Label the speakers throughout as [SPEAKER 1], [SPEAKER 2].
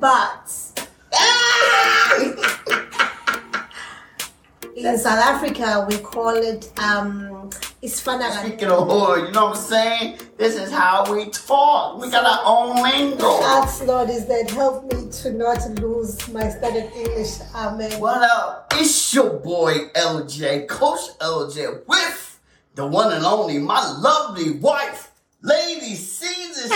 [SPEAKER 1] But
[SPEAKER 2] Ah!
[SPEAKER 1] in South Africa, we call it um, Isfanagani.
[SPEAKER 2] Speaking of hood, you know what I'm saying? This is how we talk. We got our own lingo.
[SPEAKER 1] Ask Lord is that help me to not lose my standard English. Amen.
[SPEAKER 2] What up? It's your boy LJ, Coach LJ, with the one and only, my lovely wife, Lady Caesar.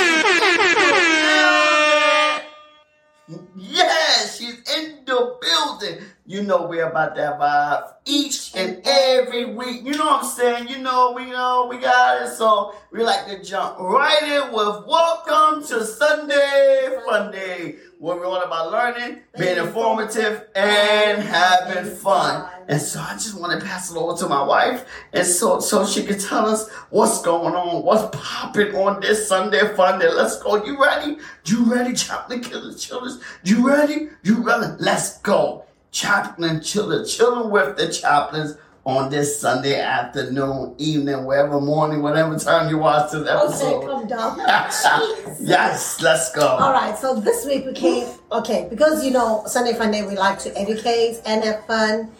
[SPEAKER 2] Yes, she's in the building. You know we're about that vibe each and every week. You know what I'm saying? You know we know we got it. So we like to jump right in with Welcome to Sunday Funday, where we're all about learning, being informative, and having fun. And so I just want to pass it over to my wife, and so so she can tell us what's going on, what's popping on this Sunday Funday. Let's go. You ready? You ready, Chaplain Killer Children? You ready? You ready? Let's go. Chaplain Children, children with the chaplains on this Sunday afternoon, evening, wherever morning, whatever time you watch this
[SPEAKER 1] Okay,
[SPEAKER 2] episode.
[SPEAKER 1] calm down. Jeez.
[SPEAKER 2] yes, let's go.
[SPEAKER 1] All right, so this week we came, okay, because you know, Sunday Funday, we like to educate and have fun.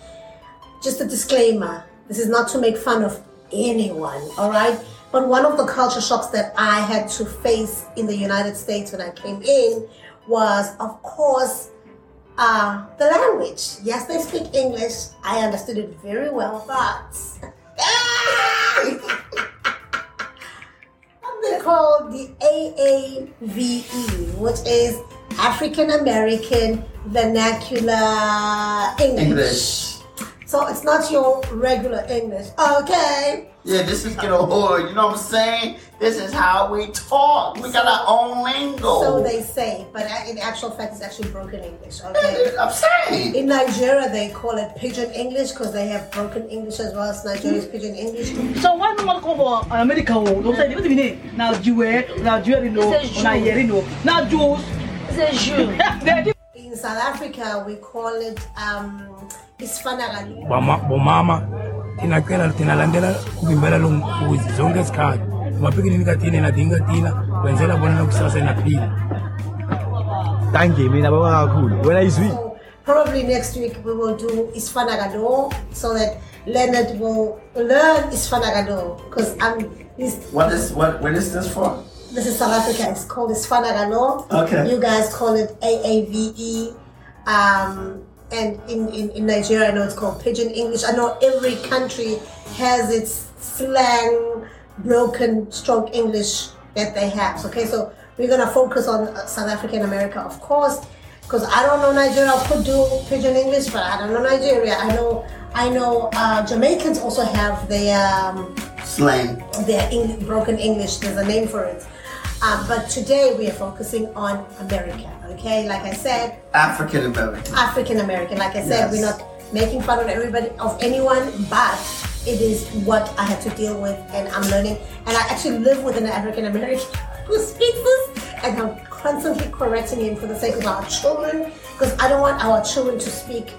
[SPEAKER 1] Just a disclaimer this is not to make fun of anyone, all right? But one of the culture shocks that I had to face in the United States when I came in was, of course, uh, the language. Yes, they speak English. I understood it very well, but Ah! something called the AAVE, E, which is African American Vernacular English.
[SPEAKER 2] English.
[SPEAKER 1] So it's not your regular English. Okay.
[SPEAKER 2] Yeah, this is get a hood. You know what I'm saying? This is how we talk. We got our own lingo.
[SPEAKER 1] So they say, but a- in actual fact, it's actually broken English. Okay.
[SPEAKER 2] I'm saying.
[SPEAKER 1] In Nigeria, they call it pidgin English because they have broken English as well as Nigeria's pidgin English.
[SPEAKER 3] So why no one come for uh, America? Oh, don't say what do you mean? Now Jew, eh? now Jew, no,
[SPEAKER 4] It's a Jew.
[SPEAKER 3] now Yeri, no, now Jews.
[SPEAKER 4] C'est Jules.
[SPEAKER 3] They
[SPEAKER 1] In South Africa, we call it um, Isfanagani.
[SPEAKER 5] Bama- bomama tinakwenda tinalandela kuvimbela lomkhuzi zonke isikhathi umaphikini nikatina inadinga tina wenzela bona lokusasa inaphila
[SPEAKER 6] tangi mina baba kakhulu wena izwi
[SPEAKER 1] So probably next week we will do Isfanagano so that Leonard will learn Isfanagano because I'm this
[SPEAKER 2] What is what? What is this for?
[SPEAKER 1] this is South Africa. It's called Isfanagano.
[SPEAKER 2] Okay.
[SPEAKER 1] You guys call it AAVE. E. Um, and in, in, in Nigeria, I know it's called Pidgin English. I know every country has its slang, broken, stroke English that they have. Okay, so we're going to focus on uh, South Africa and America, of course, because I don't know Nigeria. I could do Pidgin English, but I don't know Nigeria. I know I know uh, Jamaicans also have their. Um,
[SPEAKER 2] Slang.
[SPEAKER 1] their Eng- broken English. There's a name for it. Uh, but today we are focusing on America. Okay, like I said,
[SPEAKER 2] African American.
[SPEAKER 1] African American. Like I said,
[SPEAKER 2] Yes.
[SPEAKER 1] we're not making fun of everybody of anyone, but it is what I had to deal with, and I'm learning. And I actually live with an African American who speaks this, and I'm constantly correcting him for the sake of our children, because I don't want our children to speak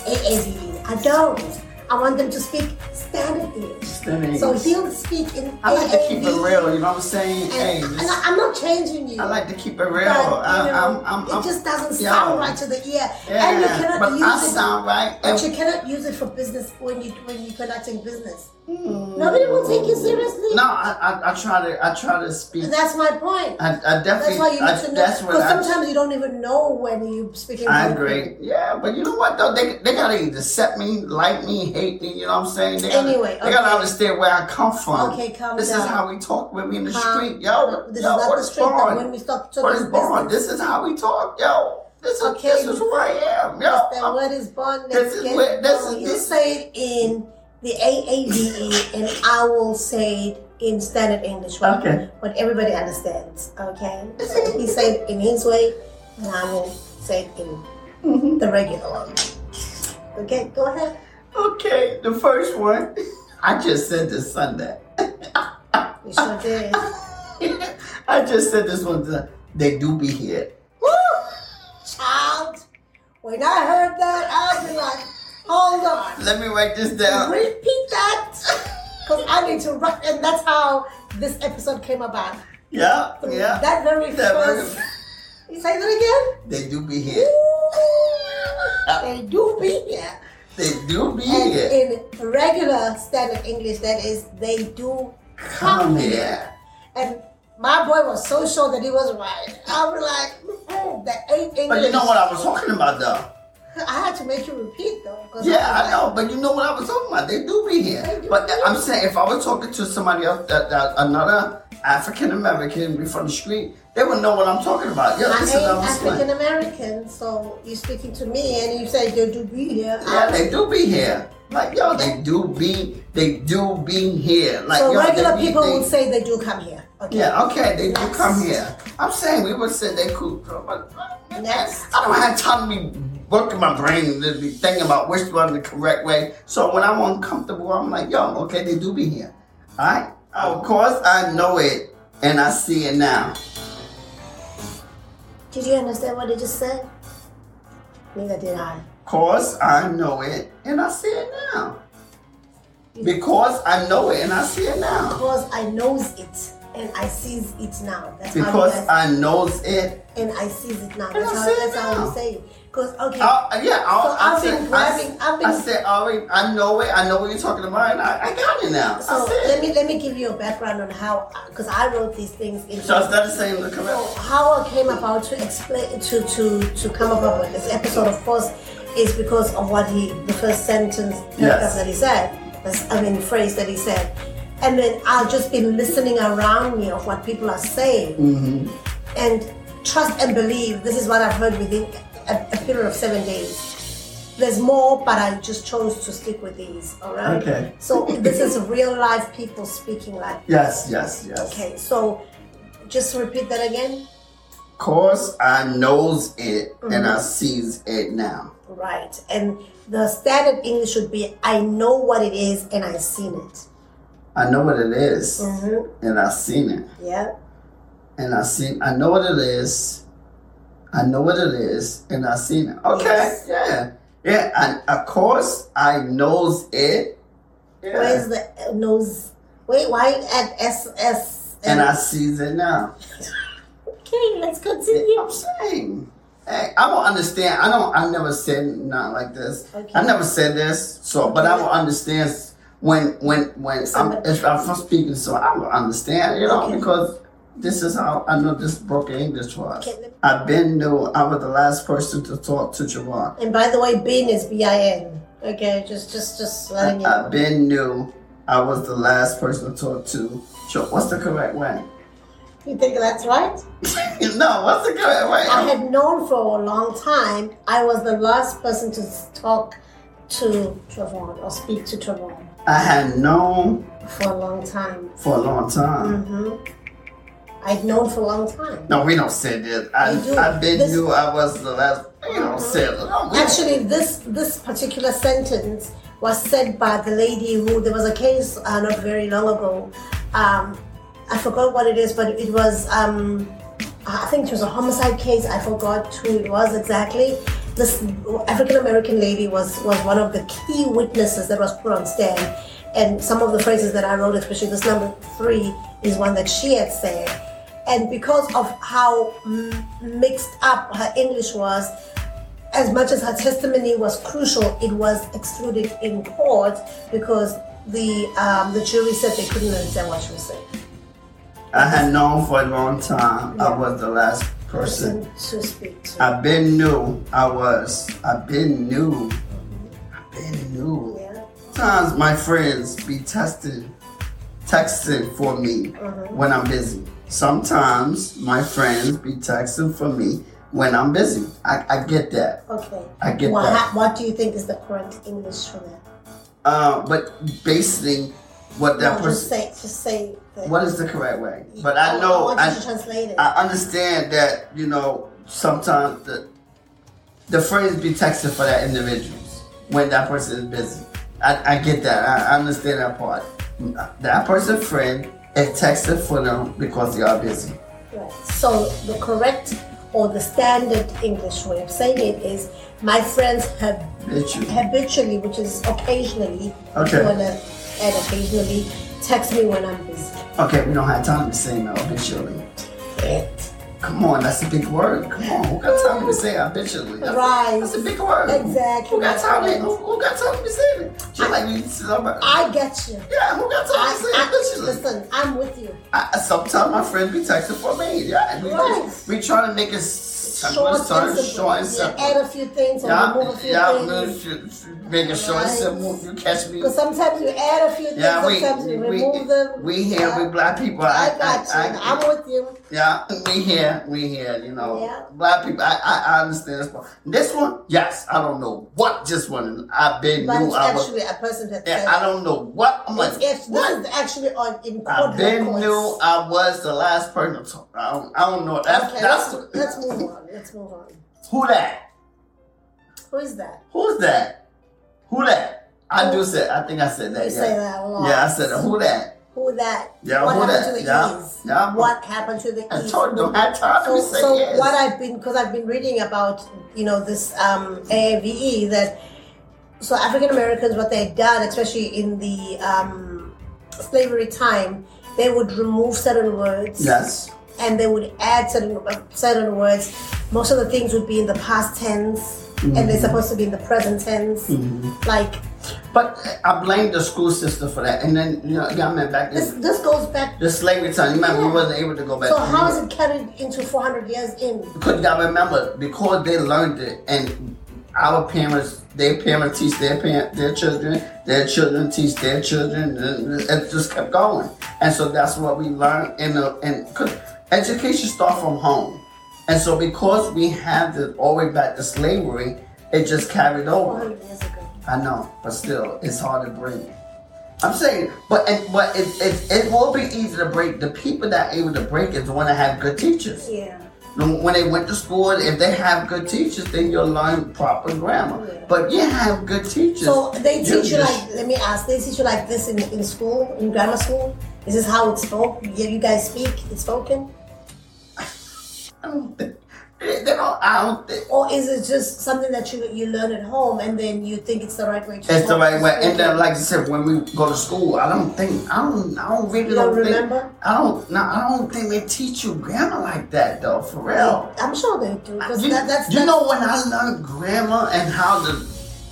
[SPEAKER 1] AAVE. I don't. I want them to speak standard English.
[SPEAKER 2] Standard
[SPEAKER 1] So
[SPEAKER 2] English.
[SPEAKER 1] he'll speak in
[SPEAKER 2] I like to keep it
[SPEAKER 1] AAVE.
[SPEAKER 2] real. You know what I'm saying? Hey,
[SPEAKER 1] And, and
[SPEAKER 2] this-
[SPEAKER 1] I, am not changing you.
[SPEAKER 2] I like to keep it real.
[SPEAKER 1] but, you
[SPEAKER 2] I,
[SPEAKER 1] know,
[SPEAKER 2] I'm, I'm,
[SPEAKER 1] it
[SPEAKER 2] I'm,
[SPEAKER 1] just doesn't
[SPEAKER 2] Yo.
[SPEAKER 1] sound right to the ear,
[SPEAKER 2] Yeah,
[SPEAKER 1] and you cannot
[SPEAKER 2] but
[SPEAKER 1] use
[SPEAKER 2] I
[SPEAKER 1] it.
[SPEAKER 2] sound right.
[SPEAKER 1] but you cannot use it for business when you when you're conducting business. Nobody will take you seriously.
[SPEAKER 2] Hmm. No, I, I, I try to, I try to speak.
[SPEAKER 1] that's my point.
[SPEAKER 2] I, I definitely.
[SPEAKER 1] that's why you need
[SPEAKER 2] I,
[SPEAKER 1] to know.
[SPEAKER 2] That's what I,
[SPEAKER 1] Because sometimes you don't even know when you're speaking.
[SPEAKER 2] I
[SPEAKER 1] to-
[SPEAKER 2] agree. Yeah, but you know what though? They, they gotta either accept me, like me, hate me. You know what I'm saying? They gotta,
[SPEAKER 1] Anyway,
[SPEAKER 2] they gotta
[SPEAKER 1] okay.
[SPEAKER 2] understand where I come from.
[SPEAKER 1] Okay, calm
[SPEAKER 2] This
[SPEAKER 1] down.
[SPEAKER 2] is how we talk when we in the
[SPEAKER 1] Calm.
[SPEAKER 2] street, yo.
[SPEAKER 1] Um, This is
[SPEAKER 2] yo,
[SPEAKER 1] not
[SPEAKER 2] what
[SPEAKER 1] the
[SPEAKER 2] is
[SPEAKER 1] street, but
[SPEAKER 2] bond?
[SPEAKER 1] when we stop
[SPEAKER 2] What
[SPEAKER 1] talking
[SPEAKER 2] is bond?
[SPEAKER 1] business.
[SPEAKER 2] This is how we talk, yo. This is
[SPEAKER 1] Okay.
[SPEAKER 2] this is who I am, yo.
[SPEAKER 1] The
[SPEAKER 2] I'm-
[SPEAKER 1] word is born.
[SPEAKER 2] This
[SPEAKER 1] Let's
[SPEAKER 2] is
[SPEAKER 1] get
[SPEAKER 2] where-
[SPEAKER 1] it
[SPEAKER 2] this
[SPEAKER 1] going.
[SPEAKER 2] is-
[SPEAKER 1] You
[SPEAKER 2] this-
[SPEAKER 1] say it in the AAVE, E, and I will say it in standard English. What,
[SPEAKER 2] Okay.
[SPEAKER 1] What everybody understands. Okay. So he said it in his way, and I will say it in
[SPEAKER 2] Mm-hmm.
[SPEAKER 1] the regular way. Okay. Go ahead.
[SPEAKER 2] okay, the first one. I just said this Sunday.
[SPEAKER 1] You sure did.
[SPEAKER 2] I just said this one. Sunday. They do be here.
[SPEAKER 1] Child. When I heard that, I was like, hold on.
[SPEAKER 2] Let me write this down.
[SPEAKER 1] Repeat that. Because I need to write, and that's how this episode came about.
[SPEAKER 2] Yeah, yeah.
[SPEAKER 1] That very
[SPEAKER 2] That
[SPEAKER 1] first Say that again.
[SPEAKER 2] They do be here.
[SPEAKER 1] They do be here.
[SPEAKER 2] They do Uh, be
[SPEAKER 1] And
[SPEAKER 2] here.
[SPEAKER 1] in regular standard English, that is, they do come
[SPEAKER 2] Come
[SPEAKER 1] here.
[SPEAKER 2] here.
[SPEAKER 1] And my boy was so sure that he was right. I was like, mm that ain't English.
[SPEAKER 2] But you know what I was talking about though.
[SPEAKER 1] I had to make you repeat though. 'cause
[SPEAKER 2] Yeah, I
[SPEAKER 1] was
[SPEAKER 2] know, but you know what I was talking about. They do be
[SPEAKER 1] They
[SPEAKER 2] here.
[SPEAKER 1] do
[SPEAKER 2] But
[SPEAKER 1] be
[SPEAKER 2] I'm
[SPEAKER 1] here.
[SPEAKER 2] saying if I was talking to somebody else, that, that another African American be from the street, they would know what I'm talking about. Yeah,
[SPEAKER 1] like,
[SPEAKER 2] this is
[SPEAKER 1] I
[SPEAKER 2] what
[SPEAKER 1] ain't
[SPEAKER 2] I'm
[SPEAKER 1] African
[SPEAKER 2] saying.
[SPEAKER 1] American, so you're speaking to me and you say they do be here.
[SPEAKER 2] Yeah, they do be here. Like yo, they do be, they do be here. Like
[SPEAKER 1] so
[SPEAKER 2] yo, they
[SPEAKER 1] regular
[SPEAKER 2] be-
[SPEAKER 1] people
[SPEAKER 2] they-
[SPEAKER 1] would say they do come here. Okay.
[SPEAKER 2] Yeah, okay, they do
[SPEAKER 1] Next.
[SPEAKER 2] come here. I'm saying we would say they cool, bro, but but-
[SPEAKER 1] Next.
[SPEAKER 2] I don't have time to be working my brain to be thinking about which one the correct way. So when I'm uncomfortable, I'm like, yo, okay, they do be here. All right? Of course, I know it and I see it now.
[SPEAKER 1] Did you understand what they just said? Neither did I.
[SPEAKER 2] Of course, I know it and I see it now. Because I know it and I see it now.
[SPEAKER 1] Because I knows it and I sees it now. That's
[SPEAKER 2] Because
[SPEAKER 1] how you guys,
[SPEAKER 2] I knows it.
[SPEAKER 1] and I sees it now.
[SPEAKER 2] And I
[SPEAKER 1] That's how
[SPEAKER 2] see it
[SPEAKER 1] that's how
[SPEAKER 2] now.
[SPEAKER 1] we say it. Because okay,
[SPEAKER 2] I, uh, yeah, I,
[SPEAKER 1] So
[SPEAKER 2] I,
[SPEAKER 1] I've
[SPEAKER 2] said,
[SPEAKER 1] been
[SPEAKER 2] I,
[SPEAKER 1] grabbing- I've been-
[SPEAKER 2] I said, already, I know it. I know what you're talking about. And I, I got it now.
[SPEAKER 1] so
[SPEAKER 2] I said,
[SPEAKER 1] let me let me give you a background on how because I wrote these things in.
[SPEAKER 2] So is that the same look
[SPEAKER 1] So
[SPEAKER 2] around?
[SPEAKER 1] how I came about to explain to to to come up with this episode, of course, is because of what he the first sentence
[SPEAKER 2] Yes.
[SPEAKER 1] that he said. that's- I mean, phrase that he said, and then I've just been listening around me of what people are saying,
[SPEAKER 2] Mm-hmm.
[SPEAKER 1] and trust and believe. This is what I've heard within a, a period of seven days. There's more, but I just chose to stick with these. All right.
[SPEAKER 2] Okay.
[SPEAKER 1] So this is real life people speaking like.
[SPEAKER 2] Yes, yes, yes.
[SPEAKER 1] Okay. So just repeat that again.
[SPEAKER 2] Course I knows it and
[SPEAKER 1] Mm-hmm.
[SPEAKER 2] I sees it now.
[SPEAKER 1] Right. And the standard English should be I know what it is and I've seen it.
[SPEAKER 2] I know what it is,
[SPEAKER 1] Mhm.
[SPEAKER 2] and I seen it.
[SPEAKER 1] Yeah.
[SPEAKER 2] And I seen I know what it is. I know what it is and I seen it. Okay.
[SPEAKER 1] Yes.
[SPEAKER 2] Yeah. Yeah. And of course I knows it. Yeah.
[SPEAKER 1] Where's the uh, nose? Wait, why add S S?
[SPEAKER 2] and I sees it now.
[SPEAKER 1] Okay, let's
[SPEAKER 2] I'm
[SPEAKER 1] continue.
[SPEAKER 2] saying. Hey, I don't understand. I don't. I never said nothing like this.
[SPEAKER 1] Okay.
[SPEAKER 2] I never said this. So, but I will
[SPEAKER 1] Okay.
[SPEAKER 2] understand when when when I'm,
[SPEAKER 1] Somebody-
[SPEAKER 2] if I'm speaking. So I will understand. You know,
[SPEAKER 1] Okay.
[SPEAKER 2] because this is how I know this broken English was.
[SPEAKER 1] Okay, let-
[SPEAKER 2] I've been new. I was the last person to talk to Javon.
[SPEAKER 1] And by the way, Bin is B I N. Okay, just just just letting you know.
[SPEAKER 2] I've been new. I was the last person to talk to. Jo- What's the correct way?
[SPEAKER 1] You think that's right?
[SPEAKER 2] no, what's the correct way?
[SPEAKER 1] I had known for a long time. I was the last person to s- talk to Travon or speak to Travon
[SPEAKER 2] I had known
[SPEAKER 1] for a long time.
[SPEAKER 2] for a long time.
[SPEAKER 1] I'd known for a long time.
[SPEAKER 2] No, we don't say this. I,
[SPEAKER 1] We do.
[SPEAKER 2] I've been
[SPEAKER 1] This-
[SPEAKER 2] knew I was the last. We don't say it. No, we don't.
[SPEAKER 1] Actually, this this particular sentence was said by the lady who there was a case uh, not very long ago. Um, I forgot what it is, but it was um, I think it was a homicide case. I forgot who it was exactly. This African American lady was was one of the key witnesses that was put on stand, and some of the phrases that I wrote, especially this number three, is one that she had said. And because of how m- mixed up her English was, as much as her testimony was crucial, it was excluded in court because the um, the jury said they couldn't understand what she was saying.
[SPEAKER 2] I had known for a long time I was the last person.
[SPEAKER 1] To speak to.
[SPEAKER 2] I've been knew I was. I've been knew. I've been knew.
[SPEAKER 1] yeah.
[SPEAKER 2] Sometimes my friends be testing, texting for me
[SPEAKER 1] Mm-hmm.
[SPEAKER 2] when I'm busy. Sometimes my friends be texting for me when I'm busy. I, I get that.
[SPEAKER 1] Okay.
[SPEAKER 2] I get
[SPEAKER 1] what,
[SPEAKER 2] that.
[SPEAKER 1] ha- what do you think is the correct English for that?
[SPEAKER 2] Uh, but basically, what that
[SPEAKER 1] No, just
[SPEAKER 2] person.
[SPEAKER 1] say, just say. The,
[SPEAKER 2] What is the correct way? But I know
[SPEAKER 1] want you to
[SPEAKER 2] I,
[SPEAKER 1] translate it.
[SPEAKER 2] I understand that you know sometimes the the friends be texting for that individuals when that person is busy. I, I get that. I, I understand that part. That person friend is texting for them because they are busy.
[SPEAKER 1] Right. So the correct or the standard English way of saying it is, my friends have
[SPEAKER 2] Bitch, you.
[SPEAKER 1] habitually, which is occasionally,
[SPEAKER 2] Okay.
[SPEAKER 1] if you wanna add occasionally, text me when I'm busy.
[SPEAKER 2] Okay, we don't have time to say no. Bitch, you. Come on, that's a big word. Come on, who got time to say habitually? That's,
[SPEAKER 1] Right.
[SPEAKER 2] That's a big word.
[SPEAKER 1] Exactly.
[SPEAKER 2] Who got time? To, who, who got time to say it? She like you. I,
[SPEAKER 1] I get you.
[SPEAKER 2] yeah, who got time
[SPEAKER 1] I,
[SPEAKER 2] to say
[SPEAKER 1] I-
[SPEAKER 2] habitually?
[SPEAKER 1] listen, I'm with you.
[SPEAKER 2] I, sometimes my friends be texting for me. Yeah, we,
[SPEAKER 1] Right.
[SPEAKER 2] we try to make it s- simple,
[SPEAKER 1] Short
[SPEAKER 2] short,
[SPEAKER 1] and simple.
[SPEAKER 2] short and simple.
[SPEAKER 1] Yeah, add a few things or remove a few
[SPEAKER 2] yeah,
[SPEAKER 1] things.
[SPEAKER 2] yeah. Make it short and
[SPEAKER 1] Right.
[SPEAKER 2] simple. You catch me.
[SPEAKER 1] Because sometimes you add a few things,
[SPEAKER 2] Yeah, we,
[SPEAKER 1] sometimes you
[SPEAKER 2] we,
[SPEAKER 1] remove them.
[SPEAKER 2] we here,
[SPEAKER 1] Yeah.
[SPEAKER 2] we black people.
[SPEAKER 1] I
[SPEAKER 2] I,
[SPEAKER 1] got you.
[SPEAKER 2] I, I,
[SPEAKER 1] I, am with you.
[SPEAKER 2] yeah, we here, we here, you know.
[SPEAKER 1] Yeah.
[SPEAKER 2] Black people, I, I, I understand this one. This one, yes, I don't know what this one, I been
[SPEAKER 1] But
[SPEAKER 2] knew
[SPEAKER 1] it's
[SPEAKER 2] I was,
[SPEAKER 1] actually a person that
[SPEAKER 2] yeah,
[SPEAKER 1] said
[SPEAKER 2] I don't know what, I'm like,
[SPEAKER 1] it's, it's,
[SPEAKER 2] what?
[SPEAKER 1] this is actually on in
[SPEAKER 2] I
[SPEAKER 1] court
[SPEAKER 2] been
[SPEAKER 1] records.
[SPEAKER 2] knew I was the last person to talk. I don't, I don't know. That's,
[SPEAKER 1] Okay,
[SPEAKER 2] that's
[SPEAKER 1] let's, let's move on. Let's move on.
[SPEAKER 2] who that?
[SPEAKER 1] Who is that?
[SPEAKER 2] Who's that? Who that? I do say, I think I said
[SPEAKER 1] You
[SPEAKER 2] that.
[SPEAKER 1] say
[SPEAKER 2] Yeah,
[SPEAKER 1] that a lot.
[SPEAKER 2] yeah I said that. Who that?
[SPEAKER 1] Who that?
[SPEAKER 2] Yeah,
[SPEAKER 1] what
[SPEAKER 2] who
[SPEAKER 1] happened
[SPEAKER 2] that?
[SPEAKER 1] to the
[SPEAKER 2] Yeah,
[SPEAKER 1] E's?
[SPEAKER 2] yeah.
[SPEAKER 1] What happened to the
[SPEAKER 2] I
[SPEAKER 1] E's?
[SPEAKER 2] told you, don't have time
[SPEAKER 1] So,
[SPEAKER 2] to say
[SPEAKER 1] so
[SPEAKER 2] yes.
[SPEAKER 1] what I've been because I've been reading about you know this um, AAVE that so African Americans what they've done especially in the um, slavery time they would remove certain words
[SPEAKER 2] yes.
[SPEAKER 1] and they would add certain uh, certain words most of the things would be in the past tense and they're supposed to be in the present tense like
[SPEAKER 2] But I blame the school system for that. And then you know, you got me back
[SPEAKER 1] this
[SPEAKER 2] in
[SPEAKER 1] this goes back
[SPEAKER 2] the slavery time. Remember,
[SPEAKER 1] Yeah.
[SPEAKER 2] we wasn't able to go back.
[SPEAKER 1] so
[SPEAKER 2] to
[SPEAKER 1] how is
[SPEAKER 2] Europe.
[SPEAKER 1] it carried into 400 years in
[SPEAKER 2] Because you gotta remember, because they learned it, and our parents, their parents teach their parent, their children, their children teach their children, and it just kept going. And so that's what we learned. In the and because education starts from home, and so because we have this all the way back to slavery, it just carried over.
[SPEAKER 1] 400 years ago
[SPEAKER 2] I know, but still, it's hard to break. I'm saying, but and, but it, it it will be easy to break. The people that are able to break is the one that have good teachers.
[SPEAKER 1] yeah
[SPEAKER 2] When they went to school, if they have good teachers, then you'll learn proper grammar.
[SPEAKER 1] Yeah.
[SPEAKER 2] But you have good teachers.
[SPEAKER 1] So they teach you
[SPEAKER 2] just-
[SPEAKER 1] like, let me ask, they teach you like this in, in school, in grammar school? Is this how it's spoken? You guys speak, it's spoken?
[SPEAKER 2] I don't think they they don't. I don't think.
[SPEAKER 1] Or is it just something that you, you learn at home and then you think it's the right way to
[SPEAKER 2] It's the
[SPEAKER 1] talk,
[SPEAKER 2] right
[SPEAKER 1] to
[SPEAKER 2] way.
[SPEAKER 1] speak
[SPEAKER 2] And then,
[SPEAKER 1] it?
[SPEAKER 2] like you said, when we go to school, I don't think I don't I don't really
[SPEAKER 1] You don't
[SPEAKER 2] think-
[SPEAKER 1] remember?
[SPEAKER 2] I don't. No, I don't think they teach you grammar like that though, for real.
[SPEAKER 1] I'm sure they do. Because
[SPEAKER 2] You,
[SPEAKER 1] that, that's,
[SPEAKER 2] you
[SPEAKER 1] that's-
[SPEAKER 2] know when I learned grammar and how the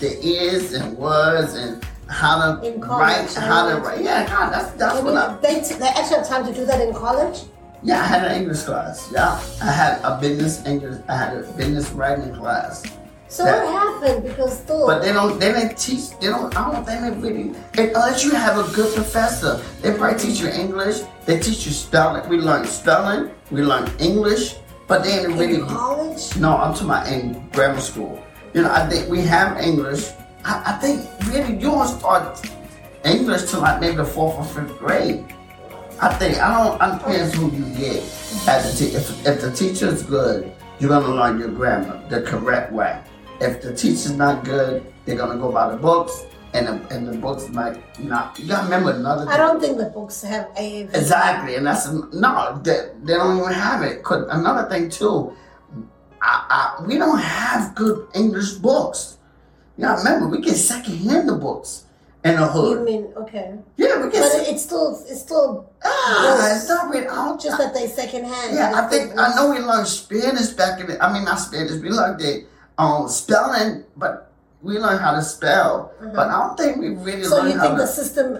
[SPEAKER 2] the is and was and how to
[SPEAKER 1] In college,
[SPEAKER 2] write, how to
[SPEAKER 1] right?
[SPEAKER 2] write. Yeah, God, that's that's
[SPEAKER 1] I
[SPEAKER 2] what I.
[SPEAKER 1] mean, they, t- they actually have time to do that in college?
[SPEAKER 2] Yeah, I had an English class. Yeah, I had a business English. I had a business writing class.
[SPEAKER 1] So
[SPEAKER 2] Yeah.
[SPEAKER 1] what happened? Because still,
[SPEAKER 2] But they don't. They didn't teach. They don't. I don't think they really. and unless you have a good professor, they probably teach you English. They teach you spelling. We learned spelling. We learned English. But they didn't really.
[SPEAKER 1] in college?
[SPEAKER 2] No, I'm talking about in grammar school. You know, I think we have English. I, I think really you don't start English till like maybe the fourth or fifth grade. I think I don't. I depends who you get. As the te- if, if the teacher's good, you're gonna learn your grammar the correct way. If the teacher's not good, they're gonna go by the books, and the, and the books might not. You gotta remember another.
[SPEAKER 1] I
[SPEAKER 2] thing.
[SPEAKER 1] don't think the books have AAV.
[SPEAKER 2] Exactly, and that's no, they, they don't even have it. 'Cause another thing too, I, I, we don't have good English books. Y'all remember we get secondhand the books in the
[SPEAKER 1] You
[SPEAKER 2] hood.
[SPEAKER 1] mean, okay.
[SPEAKER 2] Yeah, we
[SPEAKER 1] But
[SPEAKER 2] get.
[SPEAKER 1] it-
[SPEAKER 2] sec-
[SPEAKER 1] it's still, it's still
[SPEAKER 2] Ah, it's not really. I don't
[SPEAKER 1] just
[SPEAKER 2] just.
[SPEAKER 1] that they secondhand.
[SPEAKER 2] yeah, I
[SPEAKER 1] It's-
[SPEAKER 2] think I know we learned Spanish back in. the I mean, not Spanish. We learned the um spelling, but we learned how to spell. But I don't think we really
[SPEAKER 1] Mm-hmm. So
[SPEAKER 2] learned
[SPEAKER 1] you
[SPEAKER 2] how
[SPEAKER 1] think
[SPEAKER 2] to.
[SPEAKER 1] the system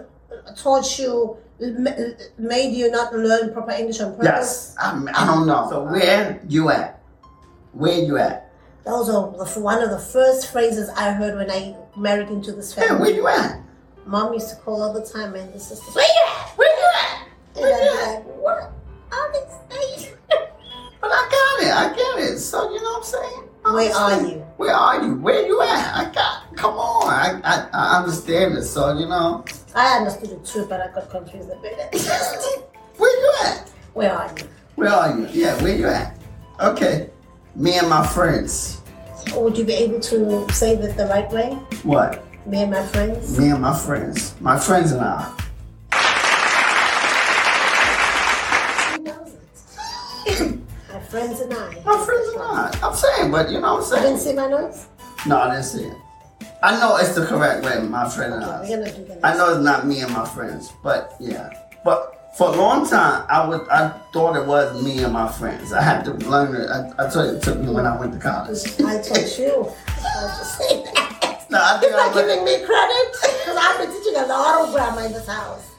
[SPEAKER 1] taught you, ma- made you not learn proper English on purpose?
[SPEAKER 2] yes, I, I don't know. So where you at? Where you at?
[SPEAKER 1] That was all- the f- one of the first phrases I heard when I married into this
[SPEAKER 2] Yeah,
[SPEAKER 1] family.
[SPEAKER 2] where you at?
[SPEAKER 1] Mom used to call all the time, and the sisters, where you at? Where you at? And I'd be like, what? I'm excited.
[SPEAKER 2] But I got it. I get it. So you know what I'm saying? I
[SPEAKER 1] Where are
[SPEAKER 2] understand.
[SPEAKER 1] you?
[SPEAKER 2] Where are you? Where you at? I got. Come on. I I, I understand it. So you know.
[SPEAKER 1] I understood it too, but I got confused a bit.
[SPEAKER 2] where you at?
[SPEAKER 1] where are you?
[SPEAKER 2] Where are you? Yeah. Where you at? Okay. Me and my friends.
[SPEAKER 1] Would you be able to say that the right way?
[SPEAKER 2] What?
[SPEAKER 1] Me and my friends?
[SPEAKER 2] Me and my friends. My friends and I.
[SPEAKER 1] Who knows it? my friends and I.
[SPEAKER 2] My friends and I. I'm saying, but you know what I'm
[SPEAKER 1] You didn't
[SPEAKER 2] saying?
[SPEAKER 1] see my notes?
[SPEAKER 2] No, I didn't see it. I know it's the correct way. My friend and
[SPEAKER 1] Okay,
[SPEAKER 2] I.
[SPEAKER 1] we're gonna do the next
[SPEAKER 2] I know it's not me and my friends, but yeah. But for a long time, I was I thought it was me and my friends. I had to learn it. I, I told you it took me when I went to college.
[SPEAKER 1] I told you. I just say that.
[SPEAKER 2] No, I think
[SPEAKER 1] You're
[SPEAKER 2] I
[SPEAKER 1] not
[SPEAKER 2] was-
[SPEAKER 1] giving me credit because I've been teaching as an auto grammar in this house.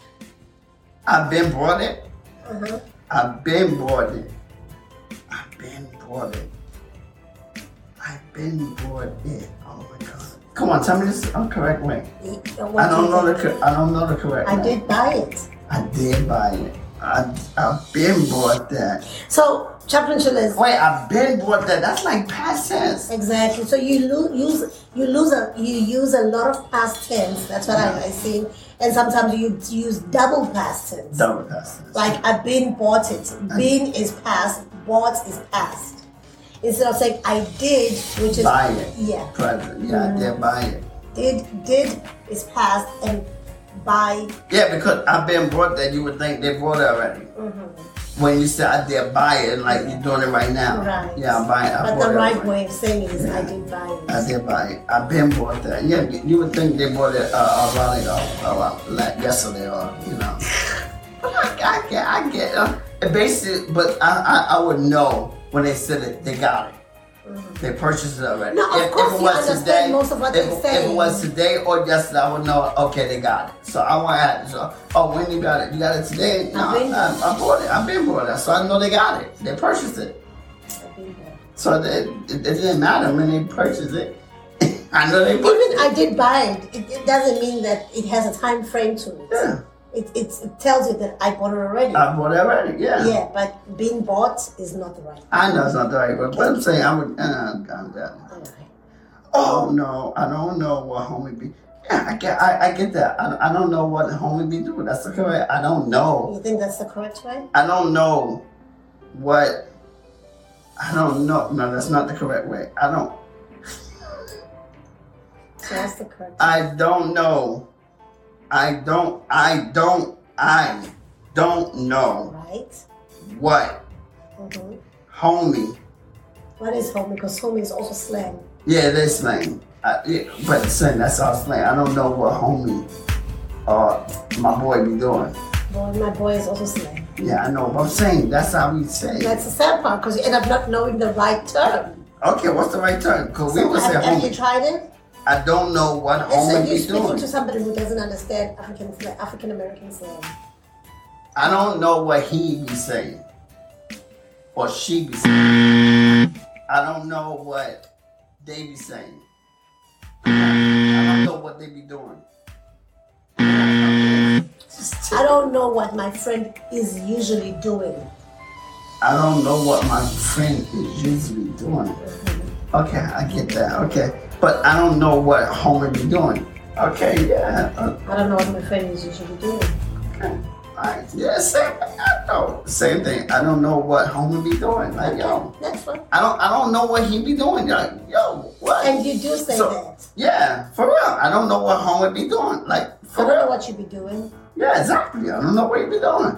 [SPEAKER 2] I've been brought it.
[SPEAKER 1] Uh-huh.
[SPEAKER 2] I've been brought it. I've been brought it. I've been brought it. Oh my god. Come on, tell me this is correct way. I don't know the cor- I don't know the correct
[SPEAKER 1] I
[SPEAKER 2] way.
[SPEAKER 1] did buy it.
[SPEAKER 2] I did buy it. I I've been bought that.
[SPEAKER 1] So chaplain is
[SPEAKER 2] Wait, I've been bought that. That's like past tense.
[SPEAKER 1] exactly. So you lose, use you lose a you use a lot of past tense. That's what I, I see. And sometimes you use double past tense.
[SPEAKER 2] Double past tense.
[SPEAKER 1] Like I've been bought it. Been is past. Bought is past. Instead of saying I did, which is
[SPEAKER 2] Buy it.
[SPEAKER 1] Yeah. Mm-hmm.
[SPEAKER 2] Present. Yeah, I did buy it.
[SPEAKER 1] Did did is past and by
[SPEAKER 2] Yeah, because I've been bought that. You would think they bought it already. When you said I did buy it, like you're doing it right now.
[SPEAKER 1] Mm-hmm. right.
[SPEAKER 2] Yeah, I'm buying. I
[SPEAKER 1] But
[SPEAKER 2] bought
[SPEAKER 1] the
[SPEAKER 2] it
[SPEAKER 1] right
[SPEAKER 2] already.
[SPEAKER 1] way of saying it is I did buy it.
[SPEAKER 2] I did buy it. I've been bought that. Yeah, you- you would think they bought it uh, a while ago, a while, like yesterday or, you know. But I, I get, I get uh, it. Basically, but I, I, I would know when they said it, they got it. They purchased it already.
[SPEAKER 1] Mm-hmm. No, of course you understand most of what
[SPEAKER 2] if,
[SPEAKER 1] they're
[SPEAKER 2] if it
[SPEAKER 1] saying.
[SPEAKER 2] was today or yesterday, I would know. Okay, they got it. So I want to ask. So, oh, when you got it? You got it today? No, I,
[SPEAKER 1] been-
[SPEAKER 2] I, bought it. I've been bought it. So I know they got it. They purchased it.
[SPEAKER 1] I've been bought.
[SPEAKER 2] So it, it, it didn't matter when they purchased it. I know they
[SPEAKER 1] Even
[SPEAKER 2] purchased
[SPEAKER 1] I
[SPEAKER 2] it.
[SPEAKER 1] did buy it. it. It doesn't mean that it has a time frame to it.
[SPEAKER 2] Yeah,
[SPEAKER 1] It, it, it tells you that I bought it already.
[SPEAKER 2] I bought it already. Yeah.
[SPEAKER 1] yeah, but being bought is not the right.
[SPEAKER 2] I know it's not the right word, but I'm saying I would. Uh, I'm done. Oh no, I don't know what homie be. Yeah, I get, I, I get that. I, I don't know what homie be doing. That's the correct. I don't know.
[SPEAKER 1] You think that's the correct way?
[SPEAKER 2] I don't know what. I don't know. No, that's not the correct way. I don't.
[SPEAKER 1] So that's the correct.
[SPEAKER 2] I don't know. I don't. I don't. I don't know
[SPEAKER 1] Right.
[SPEAKER 2] what
[SPEAKER 1] hmm
[SPEAKER 2] homie.
[SPEAKER 1] What is home? Because home is also slang.
[SPEAKER 2] Yeah, that's slang. I, yeah, but slang. That's all slang. I don't know what homie or my boy be doing.
[SPEAKER 1] Boy, my boy is also slang.
[SPEAKER 2] Yeah, I know. But I'm saying that's how we say. it.
[SPEAKER 1] That's the sad part because you end up not knowing the right term.
[SPEAKER 2] okay, what's the right term? Cause we
[SPEAKER 1] So
[SPEAKER 2] would say
[SPEAKER 1] have, have you
[SPEAKER 2] homie.
[SPEAKER 1] tried it?
[SPEAKER 2] I don't know what
[SPEAKER 1] Listen, you're
[SPEAKER 2] homie be
[SPEAKER 1] speaking
[SPEAKER 2] doing.
[SPEAKER 1] to somebody who doesn't understand African slang, African American slang.
[SPEAKER 2] I don't know what he be saying or she be saying. I don't know what they be saying. I don't know what they be doing.
[SPEAKER 1] I don't know what my friend is usually doing.
[SPEAKER 2] I don't know what my friend is usually doing. Okay, I get that. Okay, but I don't know what homie be doing. Okay, yeah. uh,
[SPEAKER 1] I don't know what my friend is usually doing.
[SPEAKER 2] Okay. Alright, yeah, same thing. I know. Same thing. I don't know what homie be doing. Like yo,
[SPEAKER 1] Next one.
[SPEAKER 2] I don't. I don't know what he be doing. Like yo, what?
[SPEAKER 1] And you do say
[SPEAKER 2] So-
[SPEAKER 1] that.
[SPEAKER 2] Yeah, for real. I don't know what homie be doing. Like
[SPEAKER 1] I
[SPEAKER 2] for
[SPEAKER 1] don't know
[SPEAKER 2] real.
[SPEAKER 1] what you be doing,
[SPEAKER 2] Yeah, exactly. I don't know what he be doing.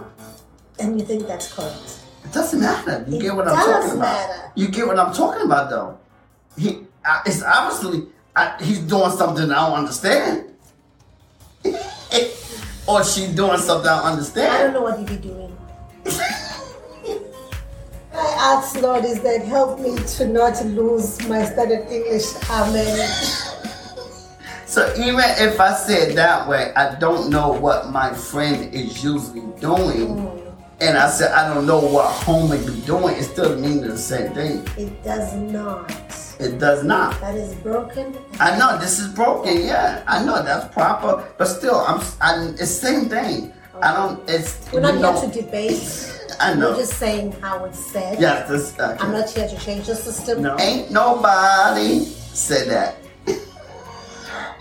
[SPEAKER 1] and you think that's correct.
[SPEAKER 2] It doesn't matter. You
[SPEAKER 1] It
[SPEAKER 2] get what I'm
[SPEAKER 1] does
[SPEAKER 2] talking about.
[SPEAKER 1] matter.
[SPEAKER 2] You get what I'm talking about, though. He, I, it's obviously I, he's doing something I don't understand, or she's doing something I don't
[SPEAKER 1] I don't
[SPEAKER 2] understand.
[SPEAKER 1] know what you be doing. I ask Lord is that help me to not lose my standard English. Amen.
[SPEAKER 2] So even if I say it that way, I don't know what my friend is usually doing,
[SPEAKER 1] Mm.
[SPEAKER 2] and I said I don't know what homie be doing. It still means the same thing.
[SPEAKER 1] It does not.
[SPEAKER 2] It does not.
[SPEAKER 1] That is broken.
[SPEAKER 2] I know this is broken. Yeah, I know that's proper, but still, I'm. I, it's same thing. I don't. It's.
[SPEAKER 1] We're
[SPEAKER 2] you
[SPEAKER 1] not
[SPEAKER 2] know,
[SPEAKER 1] here to debate.
[SPEAKER 2] I know.
[SPEAKER 1] We're just saying how it's said.
[SPEAKER 2] yes, this. okay.
[SPEAKER 1] I'm not here to change the system.
[SPEAKER 2] No. Ain't nobody said that.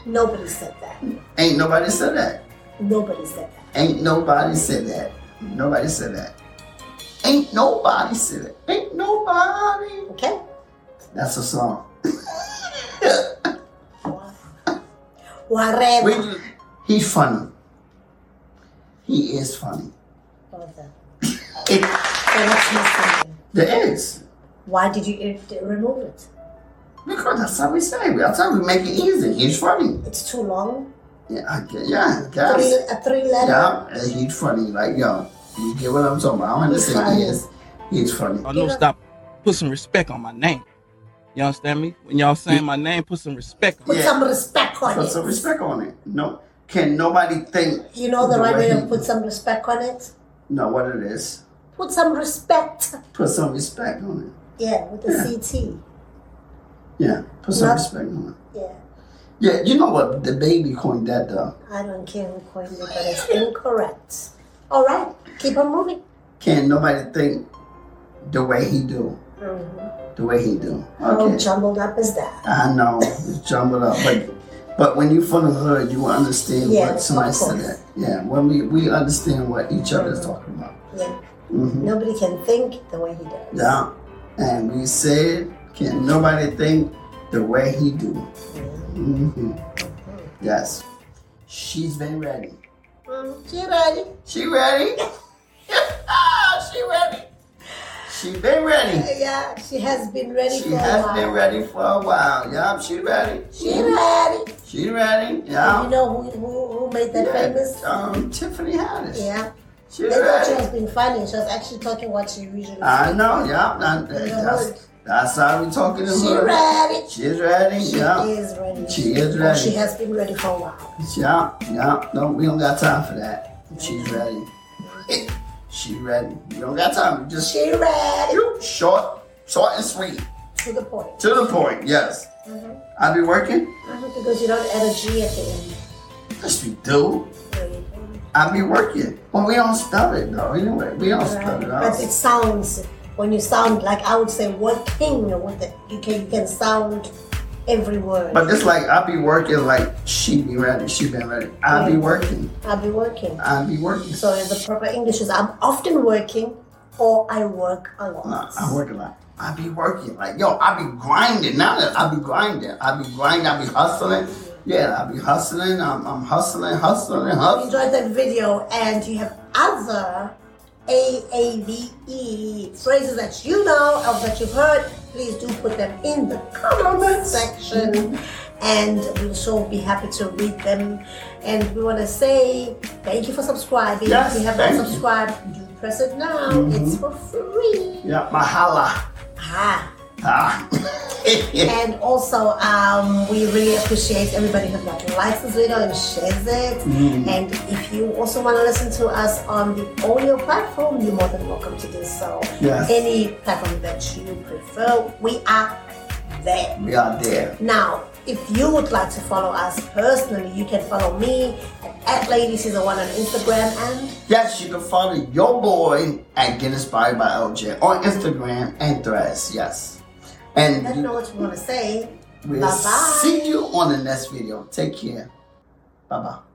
[SPEAKER 1] Nobody said that.
[SPEAKER 2] Ain't nobody said that.
[SPEAKER 1] Nobody said that.
[SPEAKER 2] Ain't nobody said that. Nobody said that. Ain't nobody said it. Ain't nobody.
[SPEAKER 1] Okay?
[SPEAKER 2] That's a song.
[SPEAKER 1] Whatever.
[SPEAKER 2] We, he's funny. He is funny.
[SPEAKER 1] Okay.
[SPEAKER 2] It,
[SPEAKER 1] So what's missing?
[SPEAKER 2] there is.
[SPEAKER 1] Why did you ir- remove it?
[SPEAKER 2] Because that's how we say. it. That's how we make it easy. He's funny.
[SPEAKER 1] It's too long.
[SPEAKER 2] Yeah, I guess. Yeah, I
[SPEAKER 1] Three,
[SPEAKER 2] guess.
[SPEAKER 1] a three letter.
[SPEAKER 2] Yeah, and he's funny. Like, yo, You get what I'm talking about? I understand. Yes, he's funny.
[SPEAKER 4] I know stop. Put some respect on my name. You understand me? When y'all saying my name, put some respect on
[SPEAKER 1] Put
[SPEAKER 2] Yeah.
[SPEAKER 1] some respect on
[SPEAKER 2] Put
[SPEAKER 1] it.
[SPEAKER 2] some respect on it. No, can nobody think?
[SPEAKER 1] you know the right way
[SPEAKER 2] he-
[SPEAKER 1] to put some respect on it?
[SPEAKER 2] No, what it is?
[SPEAKER 1] Put some respect.
[SPEAKER 2] Put some respect on it.
[SPEAKER 1] Yeah, with the CT.
[SPEAKER 2] Yeah, put some
[SPEAKER 1] Not-
[SPEAKER 2] respect on it.
[SPEAKER 1] Yeah.
[SPEAKER 2] Yeah, you know what? The baby coined that though.
[SPEAKER 1] I don't care who coined it, but it's incorrect. All right, keep on moving.
[SPEAKER 2] Can nobody think the way he do? The way he do.
[SPEAKER 1] How
[SPEAKER 2] Okay.
[SPEAKER 1] jumbled up is that?
[SPEAKER 2] I know it's jumbled up, but but when you from the hood, you will understand
[SPEAKER 1] Yeah,
[SPEAKER 2] what somebody
[SPEAKER 1] of
[SPEAKER 2] said.
[SPEAKER 1] course.
[SPEAKER 2] That. Yeah, when we we understand what each other is talking about.
[SPEAKER 1] Yeah.
[SPEAKER 2] Mm-hmm.
[SPEAKER 1] Nobody can think the way he does.
[SPEAKER 2] Yeah, and we said, can nobody think the way he do? hmm Yes, she's been ready.
[SPEAKER 1] Mm, she ready.
[SPEAKER 2] She ready? Ah, she ready. She been ready.
[SPEAKER 1] Yeah, she has been ready
[SPEAKER 2] She
[SPEAKER 1] for a
[SPEAKER 2] has
[SPEAKER 1] while.
[SPEAKER 2] been ready for a while. Yeah, she ready.
[SPEAKER 1] She ready.
[SPEAKER 2] She ready.
[SPEAKER 1] You
[SPEAKER 2] Yeah.
[SPEAKER 1] know who, who, who made that famous?
[SPEAKER 2] Um, Tiffany Haddish.
[SPEAKER 1] Yeah.
[SPEAKER 2] She
[SPEAKER 1] They thought she
[SPEAKER 2] ready. Ah.
[SPEAKER 1] was being funny. She was actually talking what she usually
[SPEAKER 2] I know. Yeah. that-
[SPEAKER 1] In the hood.
[SPEAKER 2] that's, that's how we talking to
[SPEAKER 1] She
[SPEAKER 2] her.
[SPEAKER 1] ready.
[SPEAKER 2] She's ready.
[SPEAKER 1] She
[SPEAKER 2] yeah.
[SPEAKER 1] is ready.
[SPEAKER 2] She is
[SPEAKER 1] Or She
[SPEAKER 2] ready.
[SPEAKER 1] has been ready for a while.
[SPEAKER 2] Yeah. Yeah. No, we don't got time for that. She's ready. She ready. We don't got time. We just
[SPEAKER 1] She ready.
[SPEAKER 2] short, short and sweet.
[SPEAKER 1] To the point. Uh-huh,
[SPEAKER 2] To the point, yes.
[SPEAKER 1] Mm-hmm.
[SPEAKER 2] I be working?
[SPEAKER 1] Because you don't add a G at the end.
[SPEAKER 2] Yes, we do.
[SPEAKER 1] No, you don't.
[SPEAKER 2] I be working. Well, we don't spell it though. Anyway, we don't spell it
[SPEAKER 1] But it
[SPEAKER 2] out.
[SPEAKER 1] sounds when you sound like I would say working with it. You can you can sound every word.
[SPEAKER 2] But it's like I be working. Like she be ready. She been ready. I be working.
[SPEAKER 1] I'll be working.
[SPEAKER 2] I be working.
[SPEAKER 1] So the proper English is I'm often working or I work a
[SPEAKER 2] I,
[SPEAKER 1] lot.
[SPEAKER 2] I work a lot. I be working. Like yo, I be grinding. Now that I be grinding, I be grinding. I be hustling. Yeah, I be hustling. I'm, I'm hustling, hustling,
[SPEAKER 1] If you
[SPEAKER 2] hustling.
[SPEAKER 1] enjoyed that video and you have other AAVE E phrases that you know of that you've heard, please do put them in the comment section and we'll sure be happy to read them. And we want to say thank you for subscribing.
[SPEAKER 2] Yes,
[SPEAKER 1] if you have not
[SPEAKER 2] thank you.
[SPEAKER 1] subscribed, do press it now. It's for free.
[SPEAKER 2] Yeah, mahala.
[SPEAKER 1] Ah.
[SPEAKER 2] Ah.
[SPEAKER 1] And also, um, we really appreciate everybody who like likes this video and shares it.
[SPEAKER 2] Mm-hmm.
[SPEAKER 1] And if you also want to listen to us on the audio platform, you're more than welcome to do so.
[SPEAKER 2] Yes.
[SPEAKER 1] Any platform that you prefer, we are there.
[SPEAKER 2] we are there.
[SPEAKER 1] Now, if you would like to follow us personally, you can follow me at, at Lady Season One on Instagram and
[SPEAKER 2] Yes, you can follow your boy at Get Inspired by LJ on Instagram and Threads. Yes. And
[SPEAKER 1] let us know what you want to say.
[SPEAKER 2] we'll
[SPEAKER 1] Bye-bye.
[SPEAKER 2] see you on the next video. Take care. Bye bye.